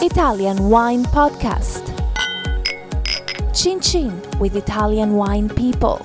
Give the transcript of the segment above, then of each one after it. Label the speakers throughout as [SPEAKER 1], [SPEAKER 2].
[SPEAKER 1] Italian Wine Podcast. Chin Chin with Italian Wine People.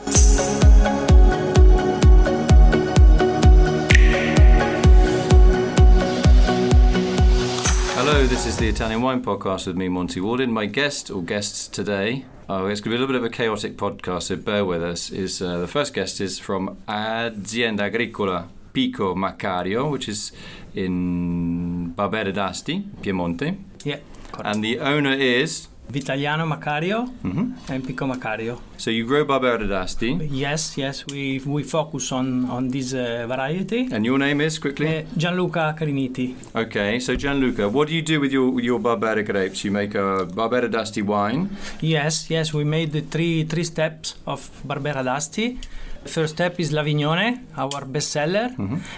[SPEAKER 2] Hello, this is the Italian Wine Podcast with me, Monty Warden. My guest or guests today, oh, it's going to be a little bit of a chaotic podcast, so bear with us. Is uh, the first guest is from Azienda Agricola Pico Macario, which is in Barbera d'Asti, Piemonte,
[SPEAKER 3] Yeah, correct.
[SPEAKER 2] and the owner is.
[SPEAKER 3] Vitaliano Macario
[SPEAKER 2] Mhm.
[SPEAKER 3] and Pico Macario.
[SPEAKER 2] So you grow Barbera d'Asti,
[SPEAKER 3] Yes, yes, we, we focus on, on this uh, variety.
[SPEAKER 2] and your name is quickly.
[SPEAKER 3] Uh, Gianluca Cariniti.
[SPEAKER 2] Okay, so Gianluca, what do you do with your with your Barbera grapes? You make a Barbera d'Asti wine.
[SPEAKER 3] Yes, yes, we made the three, three steps of Barbera d'Asti. First step is Lavignone, our bestseller,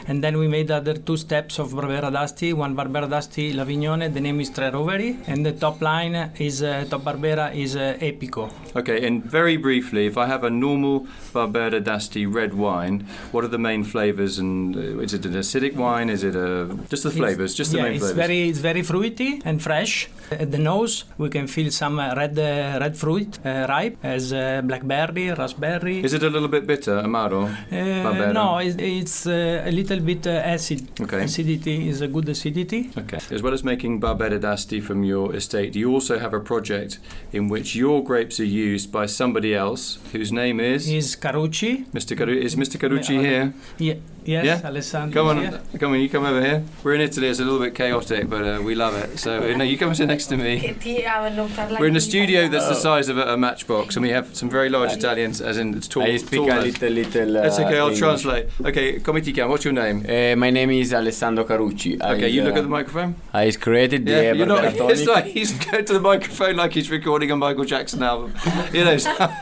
[SPEAKER 3] and then we made other two steps of Barbera d'Asti. One Barbera d'Asti Lavignone, the name is Tre Roveri, and the top line is uh, top Barbera is uh, Epico.
[SPEAKER 2] Okay, and very briefly, if I have a normal Barbera d'Asti red wine, what are the main flavors? And uh, is it an acidic wine? Is it a just the
[SPEAKER 3] It's-
[SPEAKER 2] flavors? Just the
[SPEAKER 3] yeah,
[SPEAKER 2] main
[SPEAKER 3] it's
[SPEAKER 2] flavors.
[SPEAKER 3] very it's very fruity and fresh. At the nose, we can feel some uh, red uh, red fruit, uh, ripe as uh, blackberry, raspberry.
[SPEAKER 2] Is it a little bit bitter, amaro?
[SPEAKER 3] uh,
[SPEAKER 2] Barbera?
[SPEAKER 3] no, it's, it's uh, a little bit uh, acid.
[SPEAKER 2] Okay.
[SPEAKER 3] Acidity is a good acidity.
[SPEAKER 2] Okay. As well as making Barbera d'Asti from your estate, you also have a project in which your grapes are used by somebody else, whose name is
[SPEAKER 3] Is Carucci?
[SPEAKER 2] Mr. Caru- is Mr. Carucci
[SPEAKER 3] Yeah,
[SPEAKER 2] here?
[SPEAKER 3] Ye- yes,
[SPEAKER 2] Yeah?
[SPEAKER 3] Alessandro.
[SPEAKER 2] Come on,
[SPEAKER 3] is here.
[SPEAKER 2] come on, you come over here. We're in Italy; it's a little bit chaotic, but uh, we love it. So no, you come sit next to me.
[SPEAKER 4] Che ti ha lontanato.
[SPEAKER 2] We're in a studio that's the
[SPEAKER 5] Oh.
[SPEAKER 2] size of a, a matchbox, and we have some very large Italians, as in it's tall.
[SPEAKER 5] I speak
[SPEAKER 2] tall
[SPEAKER 5] a little, little. Uh,
[SPEAKER 2] that's okay. I'll
[SPEAKER 5] English.
[SPEAKER 2] translate. Okay, come ti chiamo? What's your name?
[SPEAKER 5] Uh, my name is Alessandro Carucci.
[SPEAKER 2] Okay,
[SPEAKER 5] I,
[SPEAKER 2] you
[SPEAKER 5] uh,
[SPEAKER 2] look at the microphone.
[SPEAKER 5] I created the yeah,
[SPEAKER 2] you're not. It's like he's going to the microphone like he's recording a Michael Jackson album, you know, so-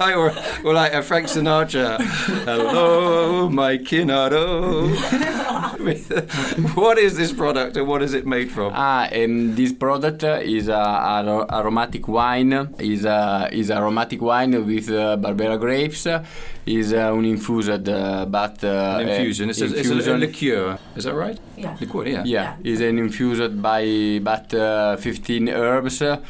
[SPEAKER 2] like- or, or like a Frank Sinatra. Hello, my Kinaro. what is this product and what is it made from?
[SPEAKER 5] Ah, um, this product uh, is a, a- aromatic wine. is a, is aromatic wine with uh, Barbera grapes. is uh, un infused, uh, but uh,
[SPEAKER 2] An infusion.
[SPEAKER 5] uh,
[SPEAKER 2] It's, a, it's a,
[SPEAKER 5] infusion.
[SPEAKER 2] liqueur. Is that right?
[SPEAKER 4] Yeah.
[SPEAKER 2] Liqueur.
[SPEAKER 5] yeah, is an infused by but uh, 15 herbs uh,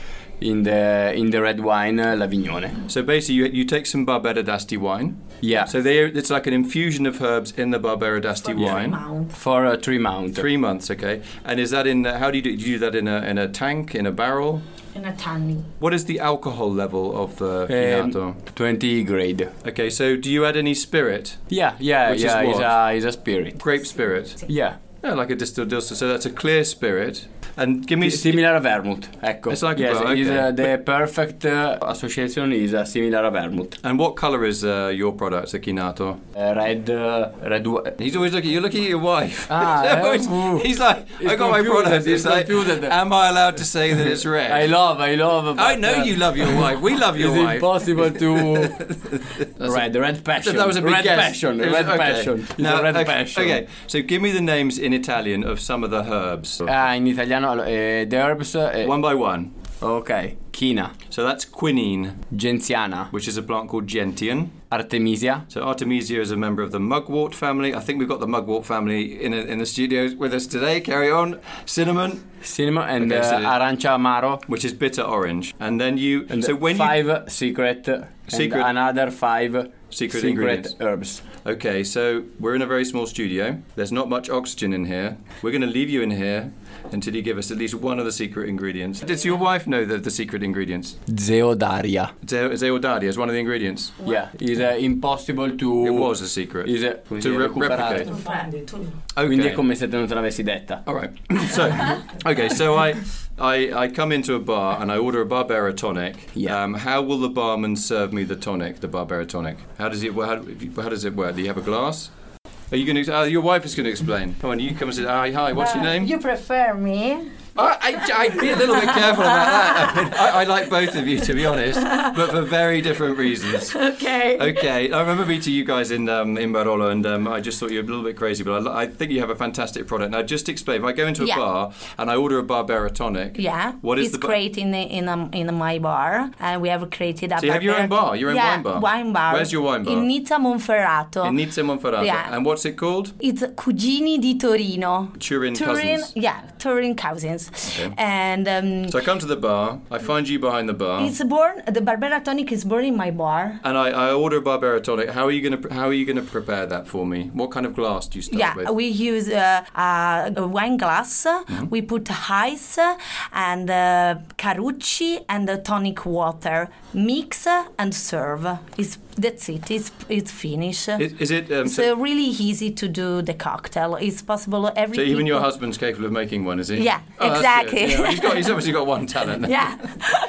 [SPEAKER 5] in the in the red wine uh, Lavignone.
[SPEAKER 2] So basically, you, you take some Barbera d'Asti wine.
[SPEAKER 5] Yeah,
[SPEAKER 2] So they, it's like an infusion of herbs in the Barbera d'Asti wine.
[SPEAKER 5] for uh, three months.
[SPEAKER 2] Three months, okay. And is that in? uh, How do you do? Do you do that in a in a tank, in a barrel?
[SPEAKER 4] In a tanning.
[SPEAKER 2] What is the alcohol level of the
[SPEAKER 5] Um,
[SPEAKER 2] Piatto?
[SPEAKER 5] 20 grade.
[SPEAKER 2] Okay, so do you add any spirit?
[SPEAKER 5] Yeah, yeah,
[SPEAKER 2] Which is
[SPEAKER 5] yeah.
[SPEAKER 2] what?
[SPEAKER 5] It's a, it's a spirit.
[SPEAKER 2] Grape spirit?
[SPEAKER 5] Yeah.
[SPEAKER 2] Yeah, like a distilled distilled. So that's a clear spirit. And give me.
[SPEAKER 5] It's similar a vermouth, ecco.
[SPEAKER 2] It's like a
[SPEAKER 5] yes,
[SPEAKER 2] bar,
[SPEAKER 5] is,
[SPEAKER 2] okay.
[SPEAKER 5] uh, the perfect uh, association is a similar a vermouth.
[SPEAKER 2] and what color is uh, your product, Akinato?
[SPEAKER 5] Uh, red, uh, red. Wa-
[SPEAKER 2] He's always looking. You're looking at your wife.
[SPEAKER 5] Ah,
[SPEAKER 2] So he's-
[SPEAKER 5] oh.
[SPEAKER 2] he's like, I
[SPEAKER 5] He's
[SPEAKER 2] got my
[SPEAKER 5] confused,
[SPEAKER 2] product. It's
[SPEAKER 5] he's
[SPEAKER 2] like,
[SPEAKER 5] confused.
[SPEAKER 2] am I allowed to say that it's red?
[SPEAKER 5] I love, I love.
[SPEAKER 2] I
[SPEAKER 5] but,
[SPEAKER 2] know
[SPEAKER 5] uh,
[SPEAKER 2] you love your wife. We love your
[SPEAKER 5] it's
[SPEAKER 2] wife.
[SPEAKER 5] impossible to
[SPEAKER 2] That's
[SPEAKER 5] red, red
[SPEAKER 2] So
[SPEAKER 5] passion.
[SPEAKER 2] that was a big
[SPEAKER 5] red
[SPEAKER 2] guess.
[SPEAKER 5] passion,
[SPEAKER 2] It was-
[SPEAKER 5] red
[SPEAKER 2] okay.
[SPEAKER 5] passion. It's
[SPEAKER 2] Now,
[SPEAKER 5] a red
[SPEAKER 2] okay,
[SPEAKER 5] passion.
[SPEAKER 2] Okay, so give me the names in Italian of some of the herbs, Uh,
[SPEAKER 5] Ah, in italiano allo- eh, the herbs. eh,
[SPEAKER 2] one by one.
[SPEAKER 5] Ok. China,
[SPEAKER 2] So that's quinine,
[SPEAKER 5] genziana,
[SPEAKER 2] which is a plant called gentian.
[SPEAKER 5] artemisia.
[SPEAKER 2] So artemisia is a member of the mugwort family. I think we've got the mugwort family in in the studios with us today. Carry on. Cinnamon,
[SPEAKER 5] Cinnamon and
[SPEAKER 2] Okay,
[SPEAKER 5] uh,
[SPEAKER 2] so-
[SPEAKER 5] arancia amaro.
[SPEAKER 2] which is bitter orange, and then you.
[SPEAKER 5] And
[SPEAKER 2] so when
[SPEAKER 5] five secret,
[SPEAKER 2] Secret-
[SPEAKER 5] and another five
[SPEAKER 2] Secret
[SPEAKER 5] secret,
[SPEAKER 2] ingredients.
[SPEAKER 5] herbs.
[SPEAKER 2] you okay, so we're in a very small studio. There's not much oxygen in here. We're going to leave you in here until you give us at least one of the secret ingredients. Does your wife know the, the secret ingredients?
[SPEAKER 5] Zeodaria.
[SPEAKER 2] Ze- Zeodaria is one of the ingredients.
[SPEAKER 5] Yeah, it's uh, impossible to.
[SPEAKER 2] It was a secret.
[SPEAKER 5] Is it-
[SPEAKER 2] to re-
[SPEAKER 5] recuperato.
[SPEAKER 2] replicate.
[SPEAKER 4] Tu prendi, tu no.
[SPEAKER 5] Quindi è
[SPEAKER 2] Okay.
[SPEAKER 5] come se te non te l'avessi detta.
[SPEAKER 2] All right. so, okay. So I, I, I come into a bar and I order a Barbera tonic.
[SPEAKER 5] Yeah.
[SPEAKER 2] Um, how will the barman serve me the tonic, the Barbera tonic? How does it? wo- How, if you- how does it work? Do you have a glass? Are you going to? Uh, your wife is going to explain. Come on, you come and say hi. Hi. What's your
[SPEAKER 4] Uh,
[SPEAKER 2] name?
[SPEAKER 4] You prefer me?
[SPEAKER 2] I, I, I'd be a little bit careful about that. I, mean, I, I like both of you to be honest, but for very different reasons.
[SPEAKER 4] Okay.
[SPEAKER 2] Okay, I remember meeting you guys in um, in Barolo, and um, I just thought you were a little bit crazy, but I, I think you have a fantastic product. Now, just explain. If I go into a
[SPEAKER 4] Yeah.
[SPEAKER 2] bar and I order a Barbera tonic,
[SPEAKER 4] Yeah.
[SPEAKER 2] what is
[SPEAKER 4] it's
[SPEAKER 2] the ba-
[SPEAKER 4] great in in um, in my bar, and we have created a.
[SPEAKER 2] So you have your own
[SPEAKER 4] barbecue-
[SPEAKER 2] bar, your own
[SPEAKER 4] yeah,
[SPEAKER 2] wine bar.
[SPEAKER 4] Wine bar.
[SPEAKER 2] Where's your wine bar?
[SPEAKER 4] In Nizza Monferrato.
[SPEAKER 2] in Nizza Monferrato,
[SPEAKER 4] Yeah.
[SPEAKER 2] and what's it called?
[SPEAKER 4] it's Cugini di Torino.
[SPEAKER 2] Turin,
[SPEAKER 4] Turin,
[SPEAKER 2] cousins.
[SPEAKER 4] yeah, Turin cousins. wines. And um,
[SPEAKER 2] So I come to the bar, I find you behind the bar,
[SPEAKER 4] it's born, the Barbera tonic is born in my bar.
[SPEAKER 2] and I, I order a Barbera tonic. How are you gonna pre- How are you gonna prepare that for me? What kind of glass do you start
[SPEAKER 4] Yeah,
[SPEAKER 2] with?
[SPEAKER 4] we use uh, uh, a wine glass.
[SPEAKER 2] Mm-hmm.
[SPEAKER 4] We put ice and uh, carucci and the tonic water. Mix and serve. It's, that's it. It's it's finished.
[SPEAKER 2] is, is it um,
[SPEAKER 4] it's
[SPEAKER 2] so,
[SPEAKER 4] uh, really easy to do the cocktail. It's possible every.
[SPEAKER 2] so even your
[SPEAKER 4] people-
[SPEAKER 2] husband's capable of making one, is he?
[SPEAKER 4] Yeah,
[SPEAKER 2] Oh, that's good.
[SPEAKER 4] exactly.
[SPEAKER 2] Yeah, well, he's, got, he's obviously got one talent.
[SPEAKER 4] Yeah,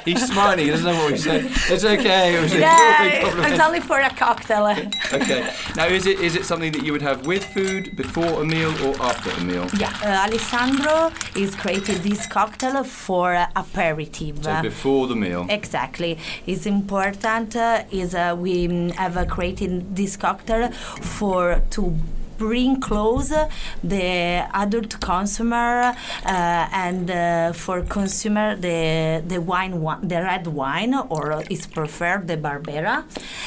[SPEAKER 2] He's smiling. He doesn't know what he's saying. It's okay. It was a big
[SPEAKER 4] yeah.
[SPEAKER 2] compliment.
[SPEAKER 4] It's only for a cocktail.
[SPEAKER 2] Okay. Now, is it is it something that you would have with food, before a meal, or after a meal?
[SPEAKER 4] Yeah, uh, Alessandro is created this cocktail for uh, aperitif.
[SPEAKER 2] So before the meal.
[SPEAKER 4] Exactly. It's important uh, is uh, we mm, have uh, created this cocktail for to bring close uh, the adult consumer uh, and uh, for consumer the the wine wa- the red wine or uh, is preferred the Barbera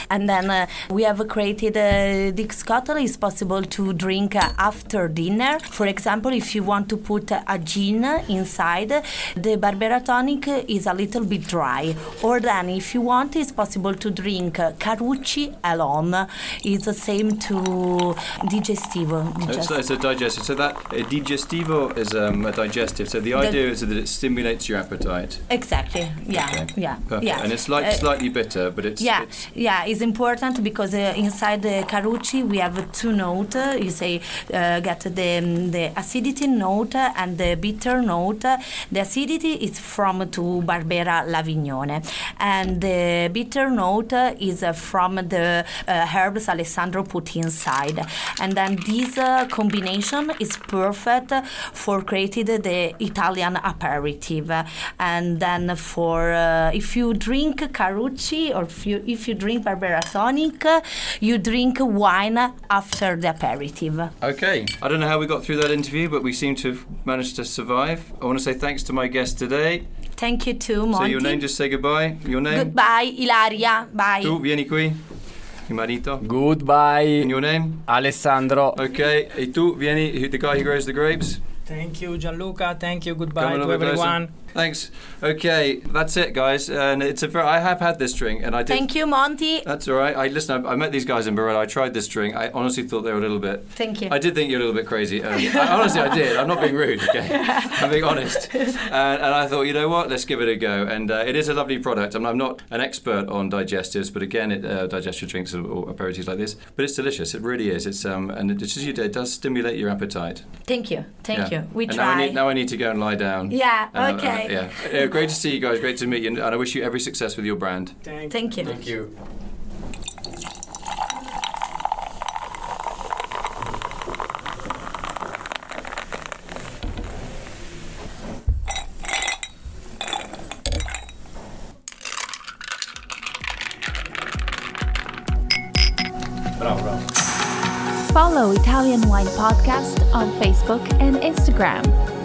[SPEAKER 4] and then uh, we have created uh, this cocktail is possible to drink uh, after dinner for example if you want to put a gin inside the Barbera tonic is a little bit dry or then if you want it's possible to drink uh, Carucci alone it's the same to digestivo
[SPEAKER 2] It's,
[SPEAKER 4] digest-
[SPEAKER 2] it's a digestive. So that uh, digestivo is um, a digestive. So the idea is that it stimulates your appetite.
[SPEAKER 4] exactly yeah yeah
[SPEAKER 2] Perfect.
[SPEAKER 4] yeah
[SPEAKER 2] And it's like
[SPEAKER 4] Uh,
[SPEAKER 2] slightly bitter, but it's
[SPEAKER 4] Yeah,
[SPEAKER 2] it's
[SPEAKER 4] yeah, it's important because uh, inside the carucci we have two notes. Uh, you say uh, get the mm, the acidity note uh, and the bitter note. The acidity is from to Barbera Lavignone, and the bitter note uh, is uh, from the uh, herbs Alessandro put inside. And then this uh, combination is perfect for created the Italian aperitif. And then for uh, if you drink Carucci or if you, if you drink Barbera tonic, you drink wine after the aperitif.
[SPEAKER 2] Okay. I don't know how we got through that interview, but we seem to have managed to survive. I want to say thanks to my guest today.
[SPEAKER 4] Thank you too,
[SPEAKER 2] So
[SPEAKER 4] Monty.
[SPEAKER 2] your name, just say goodbye. Your name.
[SPEAKER 4] Goodbye, Ilaria. Bye.
[SPEAKER 2] Tu vieni qui. Mi marito.
[SPEAKER 5] Goodbye,
[SPEAKER 2] And your name.
[SPEAKER 5] Alessandro.
[SPEAKER 2] Okay. E tu vieni. who- The guy who grows the grapes.
[SPEAKER 3] Thank you, Gianluca. Thank you.
[SPEAKER 2] Come a
[SPEAKER 3] Goodbye
[SPEAKER 2] little
[SPEAKER 3] to
[SPEAKER 2] bit closer.
[SPEAKER 3] everyone.
[SPEAKER 2] Thanks. Okay, that's it, guys. And it's a very, I have had this drink, and I did.
[SPEAKER 4] Thank you, Monty.
[SPEAKER 2] That's all right. I listen. I, I met these guys in Barilla. I tried this drink. I honestly thought they were a little bit.
[SPEAKER 4] Thank you.
[SPEAKER 2] I did think you were a little bit crazy. Um, I, honestly, I did. I'm not being rude. Okay, I'm being honest. And, and I thought, you know what? Let's give it a go. And uh, it is a lovely product. I'm, I'm not an expert on digestives, but again, it, uh, digestive drinks or, or aperitifs like this. But it's delicious. It really is. It's um, and it, it's as you did, it does stimulate your appetite.
[SPEAKER 4] Thank you. Thank
[SPEAKER 2] Yeah.
[SPEAKER 4] you. We
[SPEAKER 2] and
[SPEAKER 4] try.
[SPEAKER 2] Now I, need, now I need to go and lie down.
[SPEAKER 4] Yeah,
[SPEAKER 2] And, uh,
[SPEAKER 4] okay.
[SPEAKER 2] uh, yeah. Uh, great to see you guys. Great to meet you. And I wish you every success with your brand.
[SPEAKER 3] Thank
[SPEAKER 4] Thank you.
[SPEAKER 5] you.
[SPEAKER 1] Follow Italian Wine Podcast on Facebook and Instagram.